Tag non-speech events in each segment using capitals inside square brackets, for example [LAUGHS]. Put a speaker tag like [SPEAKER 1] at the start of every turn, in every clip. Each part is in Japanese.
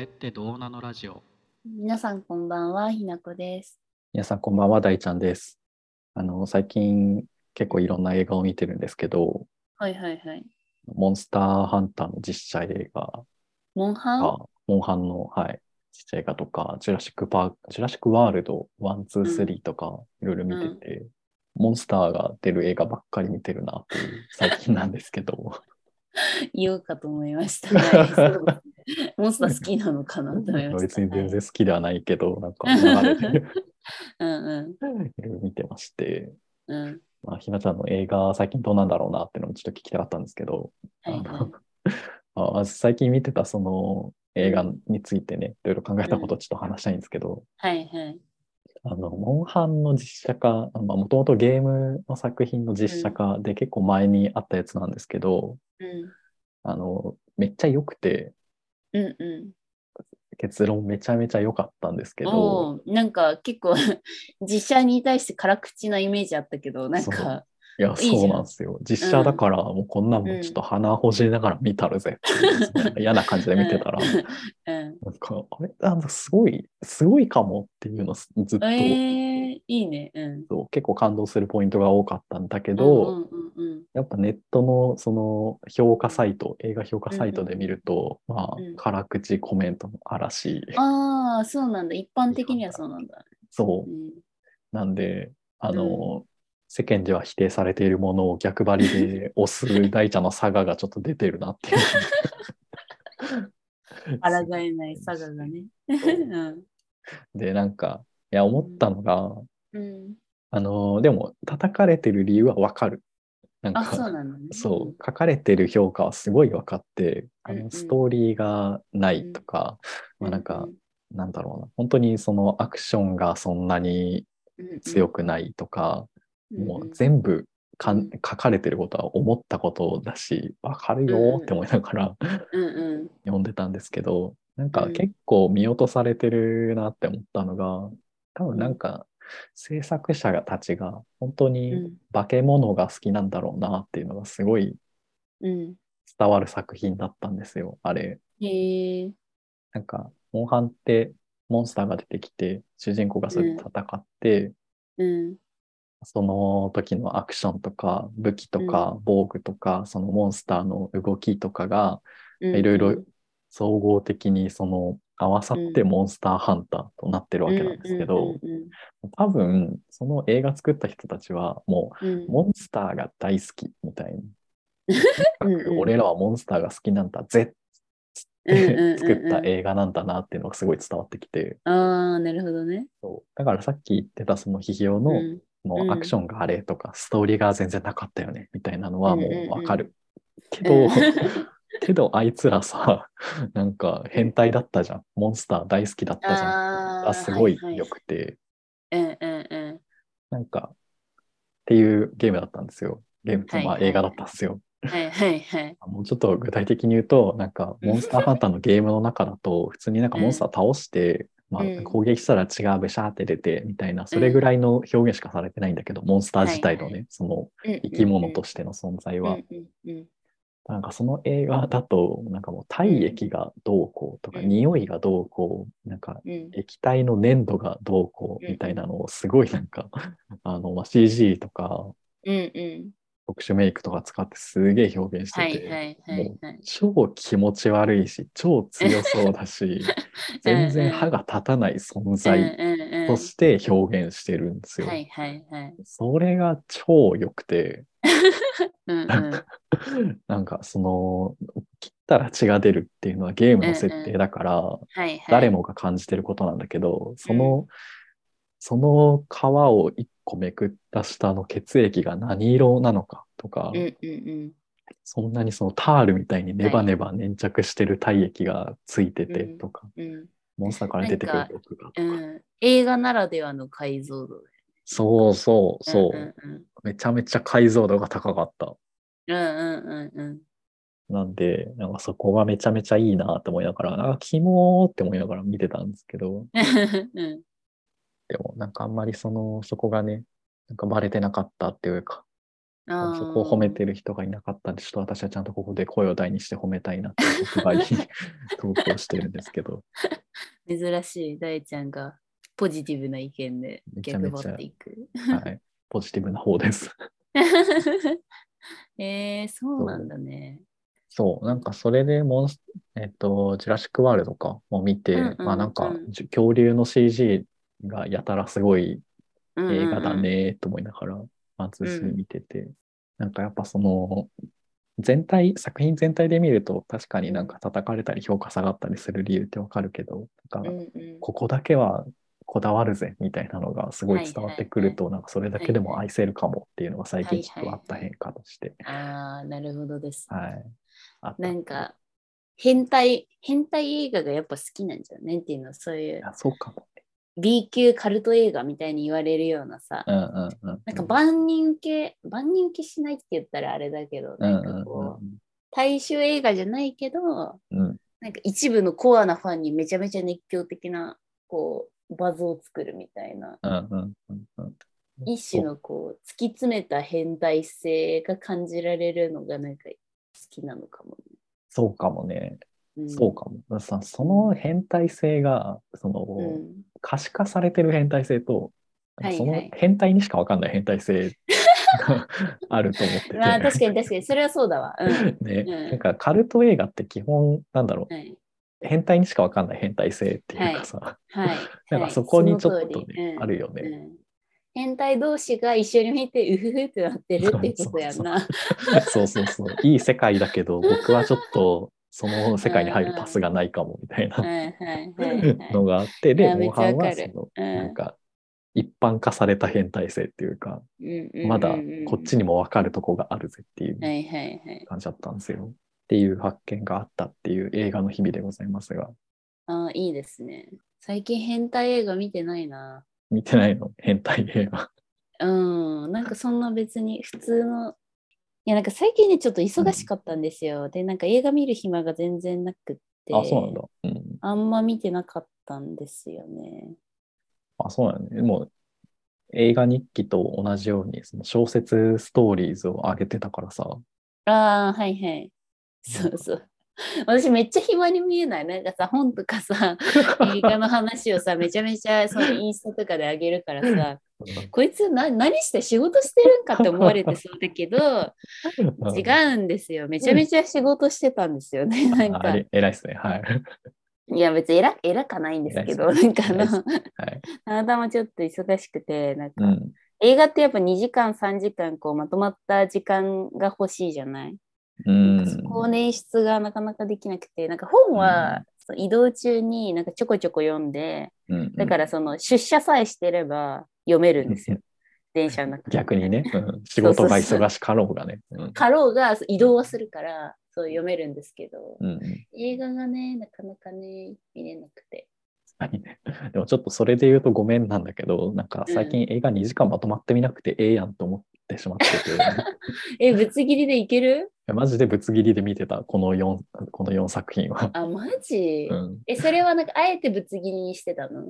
[SPEAKER 1] ってどうなのラジオ。
[SPEAKER 2] 皆さんこんばんは、ひなこです。
[SPEAKER 3] 皆さんこんばんは、大ちゃんです。あの、最近結構いろんな映画を見てるんですけど、
[SPEAKER 2] はいはいはい。
[SPEAKER 3] モンスターハンターの実写映画
[SPEAKER 2] モンハン
[SPEAKER 3] が、モンハンの、はい、実写映画とか、ジュラシックパーク、ジュラシックワールド1、2、3とか、いろいろ見てて、モンスターが出る映画ばっかり見てるなっていう最近なんですけど、
[SPEAKER 2] 言おうかと思いました。はいそうですねモンスター好きなのかなと思いました。
[SPEAKER 3] 別に全
[SPEAKER 2] はい
[SPEAKER 3] 然好きではないけど、なんか流れて
[SPEAKER 1] [LAUGHS]
[SPEAKER 2] うん
[SPEAKER 3] いろいろ見てまして、
[SPEAKER 2] うんうん。
[SPEAKER 3] まあ、ひなちゃんの映画最近どうなんだろうなっていうのもちょっと聞きたかったんですけど、
[SPEAKER 2] はい
[SPEAKER 3] あ
[SPEAKER 2] は
[SPEAKER 3] の [LAUGHS] あまず最近見てたその映画についてね、いろいろ考えたことをちょっと話したいんですけど、
[SPEAKER 2] い。はいはい。
[SPEAKER 3] あの、モンハンの実写化、もともとゲームの作品の実写化で結構前にあったやつなんですけど、
[SPEAKER 2] うん
[SPEAKER 3] あの、めっちゃ良くて、
[SPEAKER 2] うんう
[SPEAKER 3] 結論めちゃめちゃ良かったんですけ
[SPEAKER 2] ん。
[SPEAKER 3] ど、
[SPEAKER 2] おーなんか結構実写に対して辛口なイメージあったけど、なんか、
[SPEAKER 3] いや、
[SPEAKER 2] いいじゃん
[SPEAKER 3] そうなんですよ。実写だから、もうこんなんもうちょっと鼻ほじりながら見たるぜっていうです
[SPEAKER 2] [LAUGHS]
[SPEAKER 3] ね、嫌な感じで見てたら、
[SPEAKER 2] うん。うん
[SPEAKER 3] なんか、あれ、あの、すごい、すごいかもっていうのをずずっと、
[SPEAKER 2] えー、いいね。うん。
[SPEAKER 3] そう結構感動するポイントが多かったんだけど、
[SPEAKER 2] うんうんうんうん、
[SPEAKER 3] やっぱネットのその評価サイト、映画評価サイトで見ると、まあ
[SPEAKER 2] うん、
[SPEAKER 3] 辛口コメントの嵐、
[SPEAKER 2] ああ、そうなんだ。一般的にはそうなんだ。
[SPEAKER 3] そうう、
[SPEAKER 2] ん、
[SPEAKER 3] なんで、あの、世間では否定されているものを逆張りで押す大ちゃんの差ががちょっと出てるなって
[SPEAKER 2] [LAUGHS]
[SPEAKER 3] いう。 [LAUGHS]
[SPEAKER 2] 抗えない佐賀がね。うん
[SPEAKER 3] で、なんか、いや、思ったのが、
[SPEAKER 2] うん、
[SPEAKER 3] あの、でも、叩かれてる理由はわかる。なん
[SPEAKER 2] あ、
[SPEAKER 3] か、
[SPEAKER 2] そうなのね。
[SPEAKER 3] そう、書かれてる評価はすごい分かって、あ
[SPEAKER 2] うんうん
[SPEAKER 3] のストーリーがないとか、
[SPEAKER 2] う
[SPEAKER 3] まあなんか、、なんだろうな、本当にそのアクションがそんなに強くないとか、もう全部か
[SPEAKER 2] うん
[SPEAKER 3] ん書かれてることは思ったことだし、分かるよって思いながら [LAUGHS]
[SPEAKER 2] 部、うんうん
[SPEAKER 3] 読んでたんですけど、なん
[SPEAKER 2] う
[SPEAKER 3] か
[SPEAKER 2] ん
[SPEAKER 3] 結構見落とされてるなって思ったのが、多分なんか制作者たちが本当
[SPEAKER 2] う
[SPEAKER 3] に
[SPEAKER 2] ん
[SPEAKER 3] 化け物が好きなんだろうなっていうのがすごい
[SPEAKER 2] うん
[SPEAKER 3] 伝わる作品だったんですよ、あれ。
[SPEAKER 2] へえ、
[SPEAKER 3] なんか、モンハンってモンスターが出てきて、主人公がそれで戦って、
[SPEAKER 2] うん
[SPEAKER 3] その時のアクションとか、武器とか、防具とか、そのモンスターの動きとかが、
[SPEAKER 2] うん。
[SPEAKER 3] いろいろ総合的にその合わさってモンスターハンターとなってるわけなんですけど、
[SPEAKER 2] うんうん
[SPEAKER 3] 多分、その映画作った人たちは、も
[SPEAKER 2] うんうん
[SPEAKER 3] う、モンスターが大好きみたいな。
[SPEAKER 2] [LAUGHS] うんうん
[SPEAKER 3] 俺らはモンスターが好きなんだぜ
[SPEAKER 2] うんうんうんうん
[SPEAKER 3] 作った映画なんだなっていうのがすごい伝わってきて、
[SPEAKER 2] ああ、なるほどね。
[SPEAKER 3] そうだからさっき言ってたその批評の、
[SPEAKER 2] うん
[SPEAKER 3] もうアクションがあれとか、ストーリーが全然なかったよねみたいなのはもうわかる、
[SPEAKER 2] うん
[SPEAKER 3] けど [LAUGHS] けどあいつらさ [LAUGHS] なんか変態だったじゃんモンスター大好きだったじゃ
[SPEAKER 2] あ
[SPEAKER 3] ん
[SPEAKER 2] ー
[SPEAKER 3] あすごい
[SPEAKER 2] はは
[SPEAKER 3] 良くて、
[SPEAKER 2] うんうんうん。
[SPEAKER 3] なんかっていうゲームだったんですよゲームってま
[SPEAKER 2] は
[SPEAKER 3] あ
[SPEAKER 2] いはい
[SPEAKER 3] 映画だったんですよ、
[SPEAKER 2] はいはいはい。
[SPEAKER 3] もうちょっと具体的に言うと、なんか、モンスターハンターのゲームの中だ
[SPEAKER 2] [LAUGHS]
[SPEAKER 3] と、普通になんかモンスター倒して、まあ
[SPEAKER 2] うん
[SPEAKER 3] 攻撃したら血がブシャーって出て、みたいな、それぐらいの表現しかされてないんだけど、モンスター自体の
[SPEAKER 2] はいは
[SPEAKER 3] ね、その
[SPEAKER 2] 生
[SPEAKER 3] 生き物としての存在は、
[SPEAKER 2] うんうん
[SPEAKER 3] なんかその映画だと、なんかもう体液がどうこうとか、
[SPEAKER 2] うん
[SPEAKER 3] 匂いがどうこう、なんか
[SPEAKER 2] うん
[SPEAKER 3] 液体の粘土がどうこうみたいなのをすごいなんか、あの、まあ、CG とか
[SPEAKER 2] うんうん。
[SPEAKER 3] 特殊メイクとか使ってすげえ表現して
[SPEAKER 2] は
[SPEAKER 3] て、
[SPEAKER 2] いはいはいはい。
[SPEAKER 3] 超気持ち悪いし超強そうだ [LAUGHS] し全然歯が立たない存在
[SPEAKER 2] うんうんうん
[SPEAKER 3] として表現してるんですよ。
[SPEAKER 2] はいはいはい。
[SPEAKER 3] それが超良くて
[SPEAKER 2] うんうん
[SPEAKER 3] なんかその切ったら血が出るっていうのはゲームの設定だから、
[SPEAKER 2] はいはい。
[SPEAKER 3] 誰もが感じてることなんだけどその、その皮を1個めくった下の血液が何色なのかとか、
[SPEAKER 2] うんうんうん。
[SPEAKER 3] そんなにそのタールみたいにネバネバ粘着してる体液がついててとか、
[SPEAKER 2] うん
[SPEAKER 3] モンスターから出てく
[SPEAKER 2] なん
[SPEAKER 3] る
[SPEAKER 2] か
[SPEAKER 3] 毒がとか、
[SPEAKER 2] うん、映画ならではの解像度だよね
[SPEAKER 3] そうそうそう、
[SPEAKER 2] うんうん
[SPEAKER 3] めちゃめちゃ解像度が高かった
[SPEAKER 2] うんうんうんうん
[SPEAKER 3] なんでなんかそこがめちゃめちゃいいなと思いながらあキモーって思いながら見てたんですけ
[SPEAKER 2] う
[SPEAKER 3] ど
[SPEAKER 2] ん
[SPEAKER 3] でもなんかあんまりそのそこがねなんかバレてなかったっていうか
[SPEAKER 2] あー
[SPEAKER 3] そこを褒めてる人がいなかったんで、ちょっと私はちゃんとここで声を大にして褒めたいなって特売に [LAUGHS] 投稿してるんですけど、
[SPEAKER 2] 珍しい大ちゃんがポジティブな意見で
[SPEAKER 3] めちゃ
[SPEAKER 2] 逆
[SPEAKER 3] めちゃ
[SPEAKER 2] 張っていく。 [LAUGHS]
[SPEAKER 3] はい、ポジティブな方です。
[SPEAKER 2] えー、そうなんだね。
[SPEAKER 3] そう、なんかそれでモンス、えっと、ジュラシック・ワールドかも見て、
[SPEAKER 2] うんうんうん
[SPEAKER 3] まあなんかじゅ恐竜の CG がやたらすごい映画だねと思いながら、ワンツースリー見てて、なんかやっぱその、全体、作品全体で見ると、確かになんか叩かれたり評価下がったりする理由ってわかるけど、なん
[SPEAKER 2] うん
[SPEAKER 3] か
[SPEAKER 2] うん。うんうん
[SPEAKER 3] ここだけはこだわるぜみたいなのがすごい伝わってくると、なんかそれだけでも愛せるかもっていうのが最近ちょっとあった変化として、
[SPEAKER 2] ああ、なるほどです。
[SPEAKER 3] はい。あった
[SPEAKER 2] なんか、変態、変態映画がやっぱ好きなんじゃねっていうの、そうい
[SPEAKER 3] いうやそうかも。
[SPEAKER 2] B 級カルト映画みたいに言われるようなさ、
[SPEAKER 3] うんうんうん。
[SPEAKER 2] なんか万人受け、万人受けしないって言ったらあれだけど、なんかこう、大衆映画じゃないけど、
[SPEAKER 3] うんうんうん。
[SPEAKER 2] なんか一部のコアなファンにめちゃめちゃ熱狂的なこうバズを作るみたいな
[SPEAKER 3] うんうんうんうん。
[SPEAKER 2] 一種のこう突き詰めた変態性が感じられるのがなんか好きなのかも、
[SPEAKER 3] そうかもね。
[SPEAKER 2] ね。ん
[SPEAKER 3] そうかも。さその変態性が、その、
[SPEAKER 2] うん
[SPEAKER 3] 可視化されてる変態性と、
[SPEAKER 2] はいはい
[SPEAKER 3] その変態にしかわかんない変態性があると思って
[SPEAKER 2] [LAUGHS]
[SPEAKER 3] て。
[SPEAKER 2] まあ確かに確かにそれはそうだわ。うん
[SPEAKER 3] ね、
[SPEAKER 2] うん
[SPEAKER 3] なんかカルト映画って基本なんだろう
[SPEAKER 2] はい
[SPEAKER 3] 変態にしかわかんない変態性っていうか
[SPEAKER 2] [LAUGHS]
[SPEAKER 3] さ、
[SPEAKER 2] はい。
[SPEAKER 3] [LAUGHS] なん
[SPEAKER 2] は
[SPEAKER 3] か
[SPEAKER 2] い
[SPEAKER 3] そこにちょっ
[SPEAKER 2] その
[SPEAKER 3] と
[SPEAKER 2] 通り
[SPEAKER 3] ね、
[SPEAKER 2] うん
[SPEAKER 3] あるよね、
[SPEAKER 2] うん変態同士が一緒に見てうふふってなってるってことやんな。
[SPEAKER 3] [LAUGHS] そうそうそう。いい世界だけど、僕はちょっとその世界に入るパスがないかもみたい
[SPEAKER 2] はい
[SPEAKER 3] な
[SPEAKER 2] はいはいはい
[SPEAKER 3] のがあって、
[SPEAKER 2] い
[SPEAKER 3] で、
[SPEAKER 2] やめっ
[SPEAKER 3] モン
[SPEAKER 2] ちゃ
[SPEAKER 3] ハン
[SPEAKER 2] わ
[SPEAKER 3] は
[SPEAKER 2] かる
[SPEAKER 3] そ
[SPEAKER 2] うん
[SPEAKER 3] の、なんか、一般化された変態性っていうか、
[SPEAKER 2] うんうんうんうん。
[SPEAKER 3] まだこっちにも分かるとこがあるぜってい
[SPEAKER 2] は
[SPEAKER 3] う
[SPEAKER 2] いはいはい。
[SPEAKER 3] 感じだったんですよ。っていう発見があったっていう映画の日々でございますが、
[SPEAKER 2] ああ、いいですね。最近変態映画見てないな。
[SPEAKER 3] 見てないの変態映画。
[SPEAKER 2] うん、なんかそんな別に普通の。いや、なんか最近ね、ちょっと忙しかったんですよ。で、なんか映画見る暇が全然なくって。
[SPEAKER 3] あ、そうなんだ。うん。
[SPEAKER 2] あんま見てなかったんですよね。
[SPEAKER 3] あ、そうなんだね。もう、映画日記と同じように、その小説ストーリーズを上げてたからさ、
[SPEAKER 2] ああ、はいはい。そうそう。私めっちゃ暇に見えない。なんかさ、本とか
[SPEAKER 3] [LAUGHS]
[SPEAKER 2] さ、映画の話をさ、めちゃめちゃそのインスタとかであげるからさ、こいつな何して仕事してるんかって思われてそうだけど、
[SPEAKER 3] [LAUGHS]
[SPEAKER 2] 違うんですよ。めちゃめちゃ仕事してたんですよね。
[SPEAKER 3] う
[SPEAKER 2] なんん
[SPEAKER 3] あ
[SPEAKER 2] か、
[SPEAKER 3] あれ偉いっすね。はい。
[SPEAKER 2] いや別に偉偉かないんですけど、
[SPEAKER 3] 偉
[SPEAKER 2] なんかあ
[SPEAKER 3] 偉いっす
[SPEAKER 2] の、 [LAUGHS]
[SPEAKER 3] はい。
[SPEAKER 2] たまたまちょっと忙しくて、なんか、
[SPEAKER 3] うん。
[SPEAKER 2] 映画ってやっぱ2時間、3時間、こうまとまった時間が欲しいじゃない、
[SPEAKER 3] うん。
[SPEAKER 2] そこをね演出がなかなかできなくて、なんか本は、そう移動中になんかちょこちょこ読んで、
[SPEAKER 3] うん
[SPEAKER 2] だからその出社さえしてれば読めるんですよ、電車の中で
[SPEAKER 3] 逆
[SPEAKER 2] [LAUGHS]
[SPEAKER 3] にね、うん仕
[SPEAKER 2] そうそ
[SPEAKER 3] 事
[SPEAKER 2] う
[SPEAKER 3] が忙しかろうがね。うん
[SPEAKER 2] かろうが移動はするから、そう読めるんですけど、
[SPEAKER 3] うん
[SPEAKER 2] 映画がね、なかなかね、見れなくて。
[SPEAKER 3] うん [LAUGHS] でもちょっとそれで言うとごめんなんだけど、なんか最近映画2時間まとまってみなくてええやんと思ってしまって
[SPEAKER 2] [LAUGHS]
[SPEAKER 3] て、い
[SPEAKER 2] え、ぶつ切りでいける
[SPEAKER 3] やマジでぶつ切りで見てた、この4、この4作品は。
[SPEAKER 2] あ、マジ、
[SPEAKER 3] うん
[SPEAKER 2] え、それはなんか、あえてぶつ切りにしてたのそ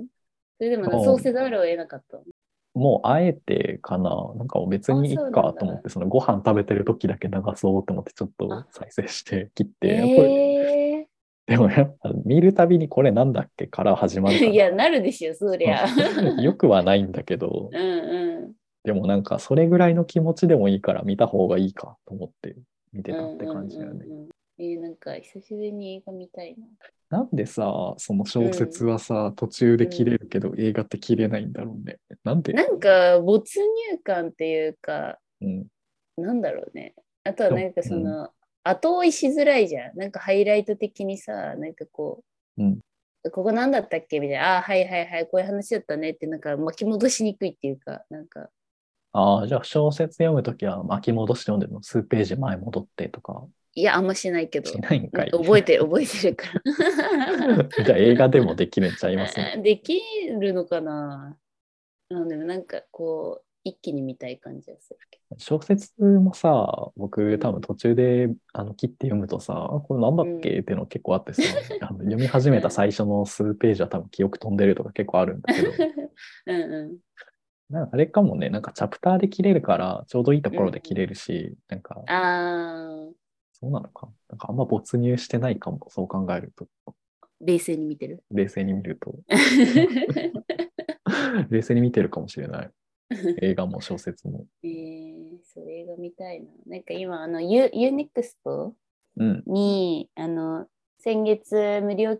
[SPEAKER 2] れでもな
[SPEAKER 3] うん
[SPEAKER 2] そうせざるを得なかったの
[SPEAKER 3] もうあえてかな、なんか別にいい
[SPEAKER 2] あそうなん
[SPEAKER 3] か
[SPEAKER 2] だ
[SPEAKER 3] と思って、そのご飯食べてる時だけ流そうと思って、ちょっと
[SPEAKER 2] あ
[SPEAKER 3] 再生して切って、これ
[SPEAKER 2] え
[SPEAKER 3] でもやっぱ見るたびにこれなんだっけから始まるか
[SPEAKER 2] ー、
[SPEAKER 3] ら
[SPEAKER 2] いや、なるでしょ、そりゃ。
[SPEAKER 3] [LAUGHS] よくはないんだけど
[SPEAKER 2] う、んう
[SPEAKER 3] でもなんかそれぐらいの気持ちでもいいから見た方がいいかと思って見て
[SPEAKER 2] ん。
[SPEAKER 3] たって感じだよね。
[SPEAKER 2] うんうんうんうんえー、なんか、久しぶりに映画見たいな。
[SPEAKER 3] なんでさ、その小説はさ、途中で切れるけど映画って切れないんだろうね。なんで
[SPEAKER 2] なんか、没入感っていうか、
[SPEAKER 3] うん、
[SPEAKER 2] なんだろうね。あとはなんかその、後追いしづらいじゃん。なんかハイライト的にさ、なんかこう、
[SPEAKER 3] うん
[SPEAKER 2] ここ何だったっけみたいな、ああー、はいはいはい、こういう話だったねって、なんか巻き戻しにくいっていうか、なんか、
[SPEAKER 3] ああ、じゃあ小説読むときは巻き戻して読んでるの、数ページ前戻ってとか
[SPEAKER 2] いや、あんましないけど
[SPEAKER 3] し、ないんかい。
[SPEAKER 2] 覚えてる、覚えてるか
[SPEAKER 3] じ [LAUGHS] ゃあ映画でもできるんちゃいます
[SPEAKER 2] ら。できるのかななんでもなんかこう、一気に見たい感じがするけ
[SPEAKER 3] 小説もさ、僕多分途中であの切って読むとさ、あこれなんだっけっていうの結構あってさ、 [LAUGHS] あの読み
[SPEAKER 2] [LAUGHS]
[SPEAKER 3] 始めた最初の数ページは多分記憶飛んでるとか結構あるんだけど、
[SPEAKER 2] ど。うんう
[SPEAKER 3] なんかあれかもね、なんかチャプターで切れるから、ちょうどいいところで切れるし、なんか、
[SPEAKER 2] あー
[SPEAKER 3] そうなのか。なんかあんま没入してないかも、そう考えると。
[SPEAKER 2] 冷静に見て
[SPEAKER 3] [LAUGHS]
[SPEAKER 2] る。
[SPEAKER 3] 冷静に見ると。冷静に見てるかもし
[SPEAKER 2] [LAUGHS]
[SPEAKER 3] れない。映画も小説も。
[SPEAKER 2] えー、そう映画見たいな。なんか今、あの、ユユーネクスト
[SPEAKER 3] うん。
[SPEAKER 2] に、あの、先月無料、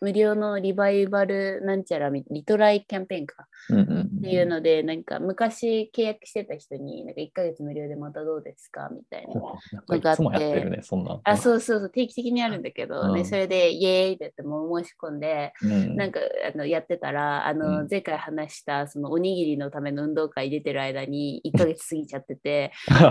[SPEAKER 2] 無料のリバイバルなんちゃらみ、リトライキャンペーンか。
[SPEAKER 3] うんうんうん。
[SPEAKER 2] っていうので、なんか昔契約してた人に、なんか1ヶ月無料でまたどうですかみたいな。
[SPEAKER 3] ほう [LAUGHS] なんかいつもやってるね、そんな。
[SPEAKER 2] あ、そうそうそう、定期的にあるんだけど、
[SPEAKER 3] うん
[SPEAKER 2] でそれで、イエーイってやってもう申し込んで、
[SPEAKER 3] うん。
[SPEAKER 2] なんかあのやってたら、あの、
[SPEAKER 3] うん
[SPEAKER 2] 前回話したそのおにぎりのための運動会出てる間に1ヶ月過ぎちゃってて、
[SPEAKER 3] [LAUGHS]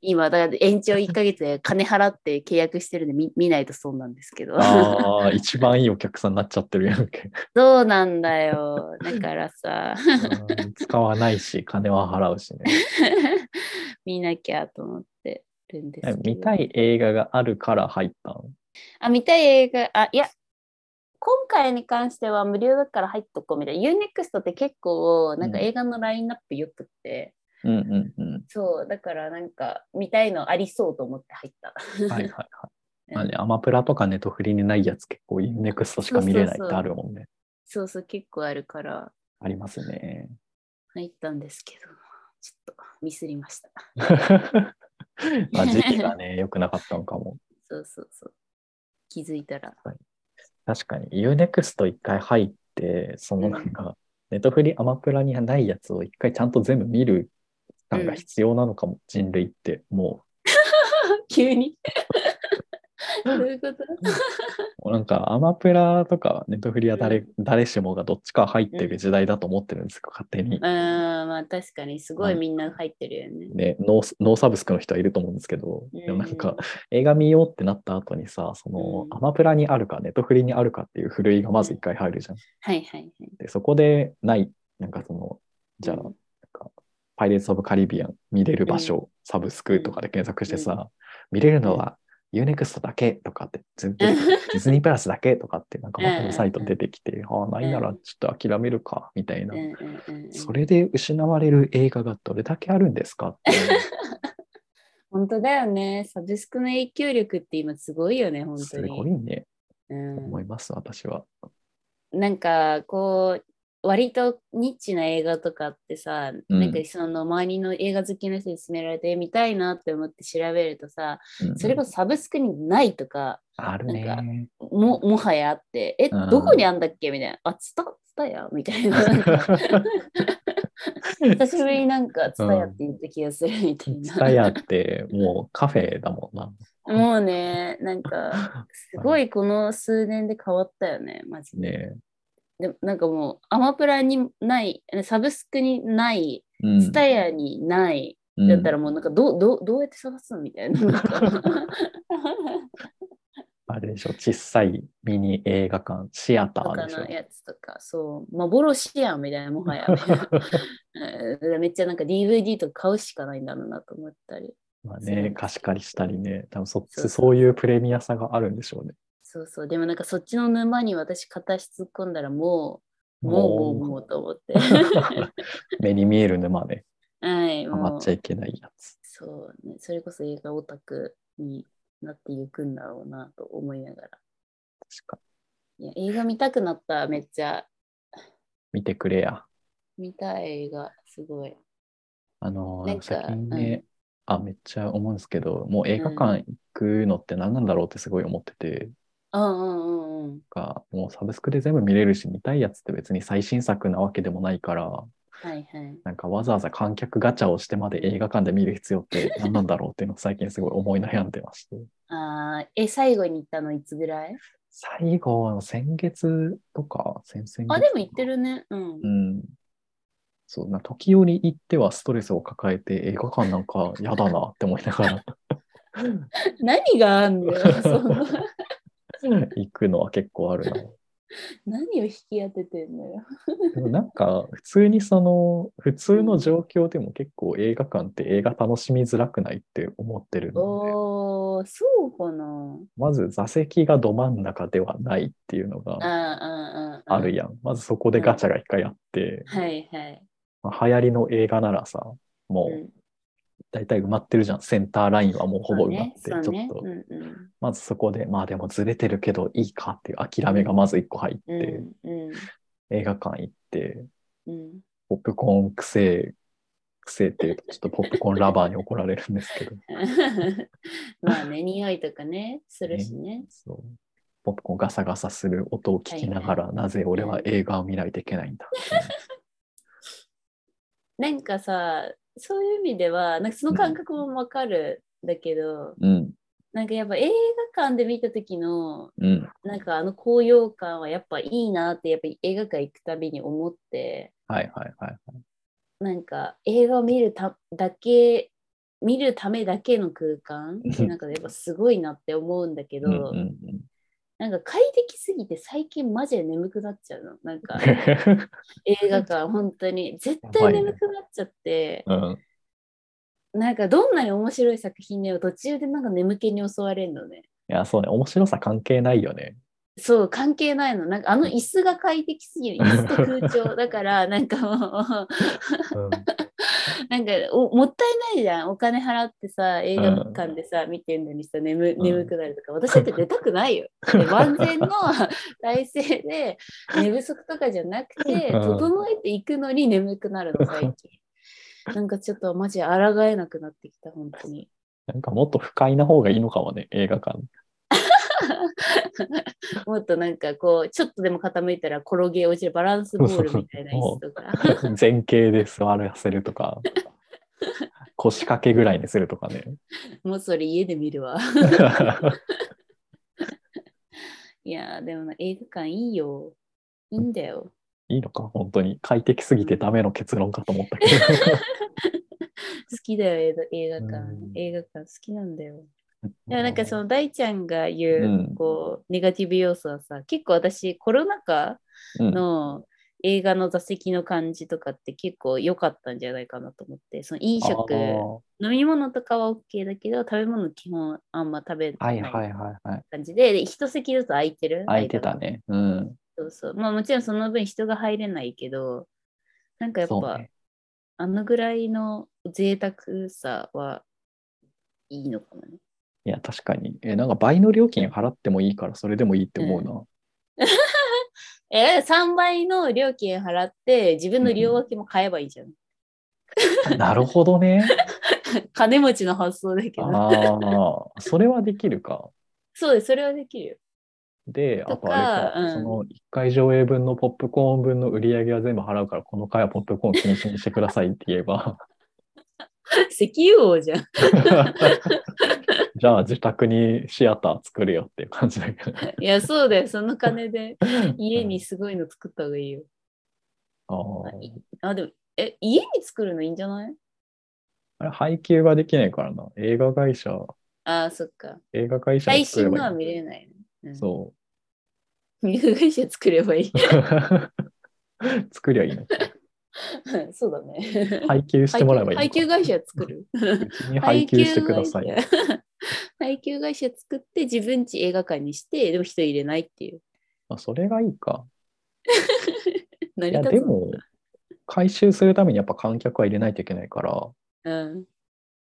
[SPEAKER 2] 今、だから [LAUGHS] 延長1ヶ月で金払って契約してるんで見見ないとそうなんですけど、
[SPEAKER 3] ああ、一番いいお客さんになっちゃってるやんけ。
[SPEAKER 2] [LAUGHS] そうなんだよ。だからさ、 [LAUGHS]
[SPEAKER 3] うん使わないし、金は払うしね。
[SPEAKER 2] 見なきゃと思ってるんです
[SPEAKER 3] [LAUGHS] え
[SPEAKER 2] けど。
[SPEAKER 3] 見たい映画があるから入ったん
[SPEAKER 2] あ、見たい映画、あ、いや、今回に関しては無料だから入っとこうみたいな。UNEXT って結構、なんか
[SPEAKER 3] うん
[SPEAKER 2] 映画のラインナップよくって、
[SPEAKER 3] うんうんうん。
[SPEAKER 2] そう、だからなんか見たいのありそうと思って入った。
[SPEAKER 3] はいはいはい。まあね、アマプラとかネットフリにないやつ結構 UNEXT しか見れないってあるもんね。
[SPEAKER 2] そうそう、結構あるから
[SPEAKER 3] あります [LAUGHS] ね。
[SPEAKER 2] 入ったんですけど、ちょっとミスりました。
[SPEAKER 3] まあ時期がね、良くなかったのかも。
[SPEAKER 2] そうそうそう。気づいたら。
[SPEAKER 3] 確かに UNEXT 一回入って、そのなんか、ネットフリアマプラにはないやつを一回ちゃんと全部見る期間が必要なのかも、人類っても
[SPEAKER 2] 急に。 [LAUGHS] どういうこと
[SPEAKER 3] う、もうなんかアマプラとかネットフリは誰,、誰しもがどっちか入ってる時代だと思ってるんですか、勝手に
[SPEAKER 2] う。ーん、まあ確かにすごい
[SPEAKER 3] うん
[SPEAKER 2] みんな入ってるよね。
[SPEAKER 3] ね、ノーノーサブスクの人はいると思うんですけど、でもなんか映画見ようってなった後にさ、その、
[SPEAKER 2] うん
[SPEAKER 3] アマプラにあるか、ネットフリにあるかっていう古いがまず一回入るじゃん。
[SPEAKER 2] はいはいはい。
[SPEAKER 3] で、そこでない、なんかその、じゃあ、
[SPEAKER 2] うん
[SPEAKER 3] パイレーツ・オブ・カリビアン見れる場所、サブスクとかで検索してさ、見れるのは UNEXT だけとかって、ずっと
[SPEAKER 2] う
[SPEAKER 3] デ
[SPEAKER 2] ん
[SPEAKER 3] ィズニープラスだけとかって、なんかまた
[SPEAKER 2] うん
[SPEAKER 3] のサイト出てきて、ああ、ないな
[SPEAKER 2] う
[SPEAKER 3] らちょっと諦めるか、みたいな。
[SPEAKER 2] うんうんうんうん
[SPEAKER 3] それで失われる映画がどれだけあるんですかっていう。
[SPEAKER 2] 本当だよね。サブスクの影響力って今すごいよね、本当
[SPEAKER 3] す
[SPEAKER 2] に。
[SPEAKER 3] ごいね、
[SPEAKER 2] う
[SPEAKER 3] 思います、私は。
[SPEAKER 2] ん、なんかこう、割とニッチな映画とかってさ、
[SPEAKER 3] うん
[SPEAKER 2] なんかその周りの映画好きの人に勧められて見たいなって思って調べるとさ、
[SPEAKER 3] うん
[SPEAKER 2] それこそサブスクにないとか、
[SPEAKER 3] あるね。
[SPEAKER 2] ももはやあって、え、
[SPEAKER 3] うん
[SPEAKER 2] どこにあんだっけみたいな。あ、ツタ、ツタヤみたいな。なん
[SPEAKER 3] [LAUGHS]
[SPEAKER 2] か久しぶりになんかツタヤって言った気がするみたいな。
[SPEAKER 3] ツタヤってもうカフェだもんな。
[SPEAKER 2] もうね、なん
[SPEAKER 3] [LAUGHS]
[SPEAKER 2] か、すごいこの数年で変わったよね、マジで。
[SPEAKER 3] ね
[SPEAKER 2] でもなんかもう、アマプラにない、サブスクにない、
[SPEAKER 3] え。
[SPEAKER 2] スタヤにない、
[SPEAKER 3] ヤ
[SPEAKER 2] だったらもうなんかどう、どう、どうやって探すのみたいな。なんか
[SPEAKER 3] [LAUGHS] あれでしょ、小さいミニ映画館、シアタ
[SPEAKER 2] と
[SPEAKER 3] ー
[SPEAKER 2] か
[SPEAKER 3] でしょ
[SPEAKER 2] の。やつとか、そう、幻やんみたいな、もはや。うんめっちゃなんか DVD とか買うしかないんだろうなと思ったり。
[SPEAKER 3] まあ
[SPEAKER 2] そう
[SPEAKER 3] ね、貸し借りしたりね、多分そっ
[SPEAKER 2] そうそう
[SPEAKER 3] ちそういうプレミアさがあるんでしょうね。
[SPEAKER 2] そうそう、でもなんかそっちの沼に私片足突っ込んだらもう、も
[SPEAKER 3] も
[SPEAKER 2] う、
[SPEAKER 3] う
[SPEAKER 2] もう、もうと思って。
[SPEAKER 3] [LAUGHS] 目に見える沼ね、
[SPEAKER 2] はい、
[SPEAKER 3] ハ
[SPEAKER 2] も
[SPEAKER 3] マ
[SPEAKER 2] う
[SPEAKER 3] っちゃいけないやつ。
[SPEAKER 2] そうね、それこそ映画オタクになっていくんだろうなと思いながら。
[SPEAKER 3] 確か
[SPEAKER 2] いや映画見たくなった、めっちゃ。
[SPEAKER 3] 見てくれや。
[SPEAKER 2] 見たい映画、すごい。
[SPEAKER 3] あのー
[SPEAKER 2] なんか
[SPEAKER 3] 最近ね、あ、めっちゃ思うんですけど、もう映画館行くのって何なんだろうってすごい思ってて。
[SPEAKER 2] うんうんうんうん。
[SPEAKER 3] か、もうサブスクで全部見れるし、見たいやつって別に最新作なわけでもないから、
[SPEAKER 2] はいはい。
[SPEAKER 3] なんかわざわざ観客ガチャをしてまで映画館で見る必要って何なんだろうっていうのを最近すごい思い悩んでまして。
[SPEAKER 2] あーえ、最後に行ったのいつぐらい
[SPEAKER 3] 最後の先月とか、先々月とか
[SPEAKER 2] あ、でも行って。るね。うん
[SPEAKER 3] う。ん。そうな、時折行ってはストレスを抱えて映画館なんか嫌だなって思いな
[SPEAKER 2] [LAUGHS]
[SPEAKER 3] がら
[SPEAKER 2] [LAUGHS] 何があんだ
[SPEAKER 3] [LAUGHS]
[SPEAKER 2] よ。その
[SPEAKER 3] 行くのは結構あるな。
[SPEAKER 2] 何を引き当ててんのよ。
[SPEAKER 3] でもなんか普通にその普通の状況でも結構映画館って映画楽しみづらくないって思ってるので、
[SPEAKER 2] おああ、そうかな。
[SPEAKER 3] まず座席がど真ん中ではないっていうのが
[SPEAKER 2] ああ、ああ、ああ。
[SPEAKER 3] あるやん。まずそこでガチャが一回あって、
[SPEAKER 2] はいはい。
[SPEAKER 3] まあ流行りの映画ならさ、もう
[SPEAKER 2] うん
[SPEAKER 3] 大体埋まってるじゃん。センターラインはもうほぼ埋まって、
[SPEAKER 2] そうね
[SPEAKER 3] ちょっと
[SPEAKER 2] そう、ねうんうん
[SPEAKER 3] まずそこで、まあでもずれてるけどいいかっていう諦めがまず一個入って、
[SPEAKER 2] うんうん
[SPEAKER 3] 映画館行って、
[SPEAKER 2] うん [LAUGHS]
[SPEAKER 3] ポップコーンくせえ、くせえって [LAUGHS] いうと、ちょっとポップコーンラバーに怒られるんですけど、
[SPEAKER 2] まあね、匂いとかね、するしね。
[SPEAKER 3] そうポップコーンガサガサする音を聞きながら、なぜ俺は映画を見ないといけないんだ。 [LAUGHS]
[SPEAKER 2] なんかさ、そういう意味では、なんかその感覚もわかるんだけど、
[SPEAKER 3] うん、
[SPEAKER 2] なんかやっぱ映画館で見た時の、
[SPEAKER 3] うん。
[SPEAKER 2] なんかあの高揚感はやっぱいいなって、やっぱり映画館行くたびに思って、
[SPEAKER 3] はいはいはい。
[SPEAKER 2] なんか映画を見るただけ、見るためだけの空間ってなんかやっぱすごいなって思うんだけど、
[SPEAKER 3] うんうんうん
[SPEAKER 2] なんか快適すぎて最近マジで眠くなっちゃうの。なん
[SPEAKER 3] [LAUGHS]
[SPEAKER 2] か映画館本当に絶対眠くなっちゃって、
[SPEAKER 3] うん、 [LAUGHS]
[SPEAKER 2] なんかどんなに面白い作品でも途中でなんか眠気に襲われるのね。
[SPEAKER 3] いや、そうね、面白さ関係ないよね。
[SPEAKER 2] そう関係ないの。なんかあの椅子が快適すぎる。椅子と空調だからなんかもう
[SPEAKER 3] [LAUGHS]
[SPEAKER 2] なんかおもったいないじゃん。お金払ってさ映画館でさ、見てんのにさ眠
[SPEAKER 3] うん
[SPEAKER 2] 眠くなるとか、私だって出たくない
[SPEAKER 3] [LAUGHS]
[SPEAKER 2] よ。で万全の体制で寝不足とかじゃなくて
[SPEAKER 3] うん
[SPEAKER 2] 整えていくのに眠くなるの最近。なんかちょっとマジ抗えなくなってきた本当に。
[SPEAKER 3] なんかもっと不快な方がいいのかもね、映画館。
[SPEAKER 2] もっとなんかこうちょっとでも傾いたら転げ落ちるバランスボールみたいな椅子と
[SPEAKER 3] [LAUGHS]
[SPEAKER 2] か。
[SPEAKER 3] 前傾で座らせるとか、腰掛けぐらいにする
[SPEAKER 2] [LAUGHS]
[SPEAKER 3] とかね。
[SPEAKER 2] もうそれ家で見るわ。いやーでもな映画館いいよ。いいんだよ。
[SPEAKER 3] いいのか、本当に。快適すぎてダメの結論かと思った
[SPEAKER 2] [LAUGHS]
[SPEAKER 3] けど。
[SPEAKER 2] 好きだよ映画映画館
[SPEAKER 3] うん。
[SPEAKER 2] 映画館好きなんだよ。でもなんかその大ちゃんが言う、
[SPEAKER 3] うん
[SPEAKER 2] こうネガティブ要素はさ結構私コロナ禍
[SPEAKER 3] うん、
[SPEAKER 2] の映画の座席の感じとかって結構良かったんじゃないかなと思ってその飲食
[SPEAKER 3] あー
[SPEAKER 2] 飲み物とかは OK だけど食べ物基本あんま食べな
[SPEAKER 3] はい
[SPEAKER 2] い
[SPEAKER 3] はいはいはい。
[SPEAKER 2] 感じで,、で一席ずつ空いてる
[SPEAKER 3] 空いてたね。うん。
[SPEAKER 2] そうそう。まあもちろんその分人が入れないけど、なんかやっ
[SPEAKER 3] そう
[SPEAKER 2] ぱ、
[SPEAKER 3] ね。
[SPEAKER 2] あのぐらいの贅沢さはいいのかもね。
[SPEAKER 3] いや、確かに。え、なんか倍の料金払ってもいいから、それでもいいって思うな。
[SPEAKER 2] え、3倍の料金払って自分の両脇も買えばいいじゃん。
[SPEAKER 3] [LAUGHS] なるほどね。
[SPEAKER 2] 金持ちの発想だけど。
[SPEAKER 3] ああ、それはできるか。
[SPEAKER 2] そうです、それはできるよ。 [LAUGHS]
[SPEAKER 3] で、あ
[SPEAKER 2] と
[SPEAKER 3] と
[SPEAKER 2] か
[SPEAKER 3] あれか、
[SPEAKER 2] うん
[SPEAKER 3] その1回上映分のポップコーン分の売り上げは全部払うから、この回はポップコーン禁止にしてくださいって言
[SPEAKER 2] [LAUGHS]
[SPEAKER 3] えば、
[SPEAKER 2] 石油王じ [LAUGHS] ゃん。
[SPEAKER 3] じゃあ自宅にシアター作るよっていう感じ
[SPEAKER 2] [LAUGHS]
[SPEAKER 3] だけど。
[SPEAKER 2] いや、そうだよ、その金 [LAUGHS] で家にすごいの作った方がいいよ。
[SPEAKER 3] あー
[SPEAKER 2] あ、でも、え、家に作るのいいんじゃない
[SPEAKER 3] あれ、配給はできないからな。映画会社、
[SPEAKER 2] あ、そっか。
[SPEAKER 3] 映画会社
[SPEAKER 2] 最
[SPEAKER 3] 作れ
[SPEAKER 2] 新
[SPEAKER 3] ばい
[SPEAKER 2] の
[SPEAKER 3] い
[SPEAKER 2] は見れない、ね。うん
[SPEAKER 3] そ
[SPEAKER 2] [LAUGHS] 入会社作ればいい。 [LAUGHS]
[SPEAKER 3] う。 [LAUGHS] 作りゃいいのか。
[SPEAKER 2] そうだね。
[SPEAKER 3] 配給してもらえばいいのか。
[SPEAKER 2] 配給会社作る。
[SPEAKER 3] うちに配給してください。
[SPEAKER 2] 配給会社。 [LAUGHS] 配給会社作って自分ち映画館にして、でも人入れないっていう。
[SPEAKER 3] あそれがいいか。
[SPEAKER 2] 成
[SPEAKER 3] い
[SPEAKER 2] り
[SPEAKER 3] や、
[SPEAKER 2] 立つ
[SPEAKER 3] でも、回収するためにやっぱ観客は入れないといけないから、
[SPEAKER 2] うん。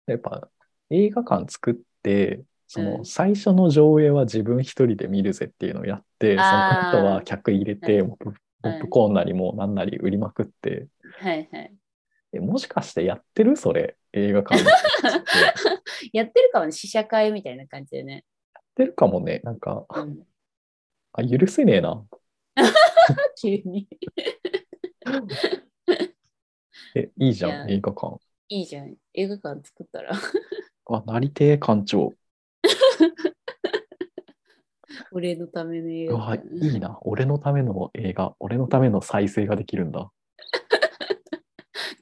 [SPEAKER 3] やっぱ映画館作って、そうの
[SPEAKER 2] ん
[SPEAKER 3] 最初の上映は自分一人で見るぜっていうのをやって、そ
[SPEAKER 2] あー
[SPEAKER 3] の後は客入れて、ポップポ
[SPEAKER 2] うん
[SPEAKER 3] ップコーンなりもうなんなり売りまくって、
[SPEAKER 2] はいはい。
[SPEAKER 3] えもしかしてやってるそれ、映
[SPEAKER 2] [LAUGHS]
[SPEAKER 3] 画館で。
[SPEAKER 2] や
[SPEAKER 3] やっ
[SPEAKER 2] ってるかもね、試写会みたいな感じでね。
[SPEAKER 3] てるかもね、なんか、
[SPEAKER 2] うん、
[SPEAKER 3] あ、許せね
[SPEAKER 2] [LAUGHS]
[SPEAKER 3] えな。
[SPEAKER 2] 急に。
[SPEAKER 3] え、いいじ
[SPEAKER 2] い
[SPEAKER 3] ゃ
[SPEAKER 2] や
[SPEAKER 3] ん、映画館。
[SPEAKER 2] いいじゃん。映画館作ったら。 [LAUGHS]
[SPEAKER 3] あ、なりてえ館長。
[SPEAKER 2] 俺のための映
[SPEAKER 3] う
[SPEAKER 2] 画
[SPEAKER 3] わ、い
[SPEAKER 2] 館。
[SPEAKER 3] いな。俺のための映画、俺のための再生ができるんだ。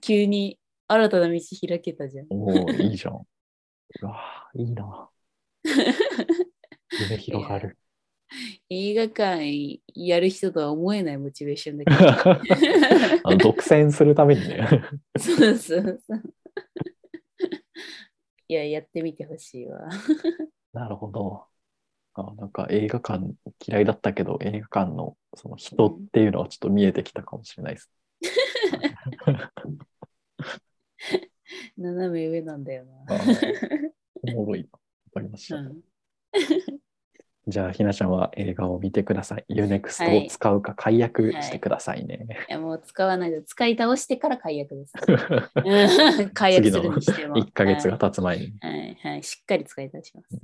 [SPEAKER 2] 急に新たな道開けたじゃん。
[SPEAKER 3] おお、いいじゃん。 [LAUGHS] うわ、いい [LAUGHS] な。夢広がる。
[SPEAKER 2] 映画館やる人とは思えないモチベーションだけど。
[SPEAKER 3] [LAUGHS] あの独占するためにね。
[SPEAKER 2] そうそうそう。いや、やってみてほしいわ。
[SPEAKER 3] [LAUGHS] なるほど。あなんか映画館嫌いだったけど、映画館のその人っていうのはちょっと見えてきたかもしれないです。
[SPEAKER 4] 斜め上なんだよ
[SPEAKER 3] あ
[SPEAKER 4] な。
[SPEAKER 3] ーおもろいな。わかりました。
[SPEAKER 4] うん、
[SPEAKER 3] じゃあ、ひなちゃんは映画を見てください。
[SPEAKER 4] は
[SPEAKER 3] UNEXT を
[SPEAKER 4] い
[SPEAKER 3] 使うか解約してくださいね。
[SPEAKER 4] いやもう使わないで使い倒してから解約
[SPEAKER 3] [LAUGHS]
[SPEAKER 4] です。うん解約するにしても。
[SPEAKER 3] 1ヶ月
[SPEAKER 4] は
[SPEAKER 3] が経つ前に。
[SPEAKER 4] い、はいはいしっかり使い倒します。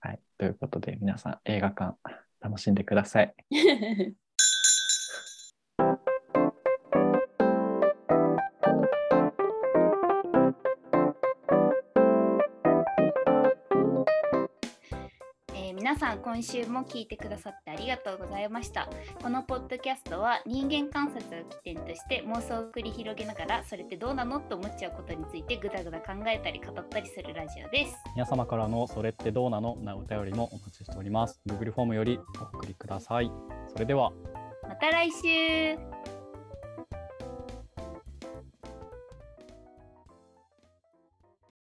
[SPEAKER 3] はい。ということで、皆さん映画館楽しんでください。
[SPEAKER 2] [LAUGHS] えー皆さん今週も聞いてくださってありがとうございましたこのポッドキャストは人間観察を起点として妄想を繰り広げながらそれってどうなのと思っちゃうことについてぐだぐだ考えたり語ったりするラジオです
[SPEAKER 5] 皆様からのそれってどうなのなお便りもお待ちしております。Google フォームよりお送りください。それでは。
[SPEAKER 2] また来週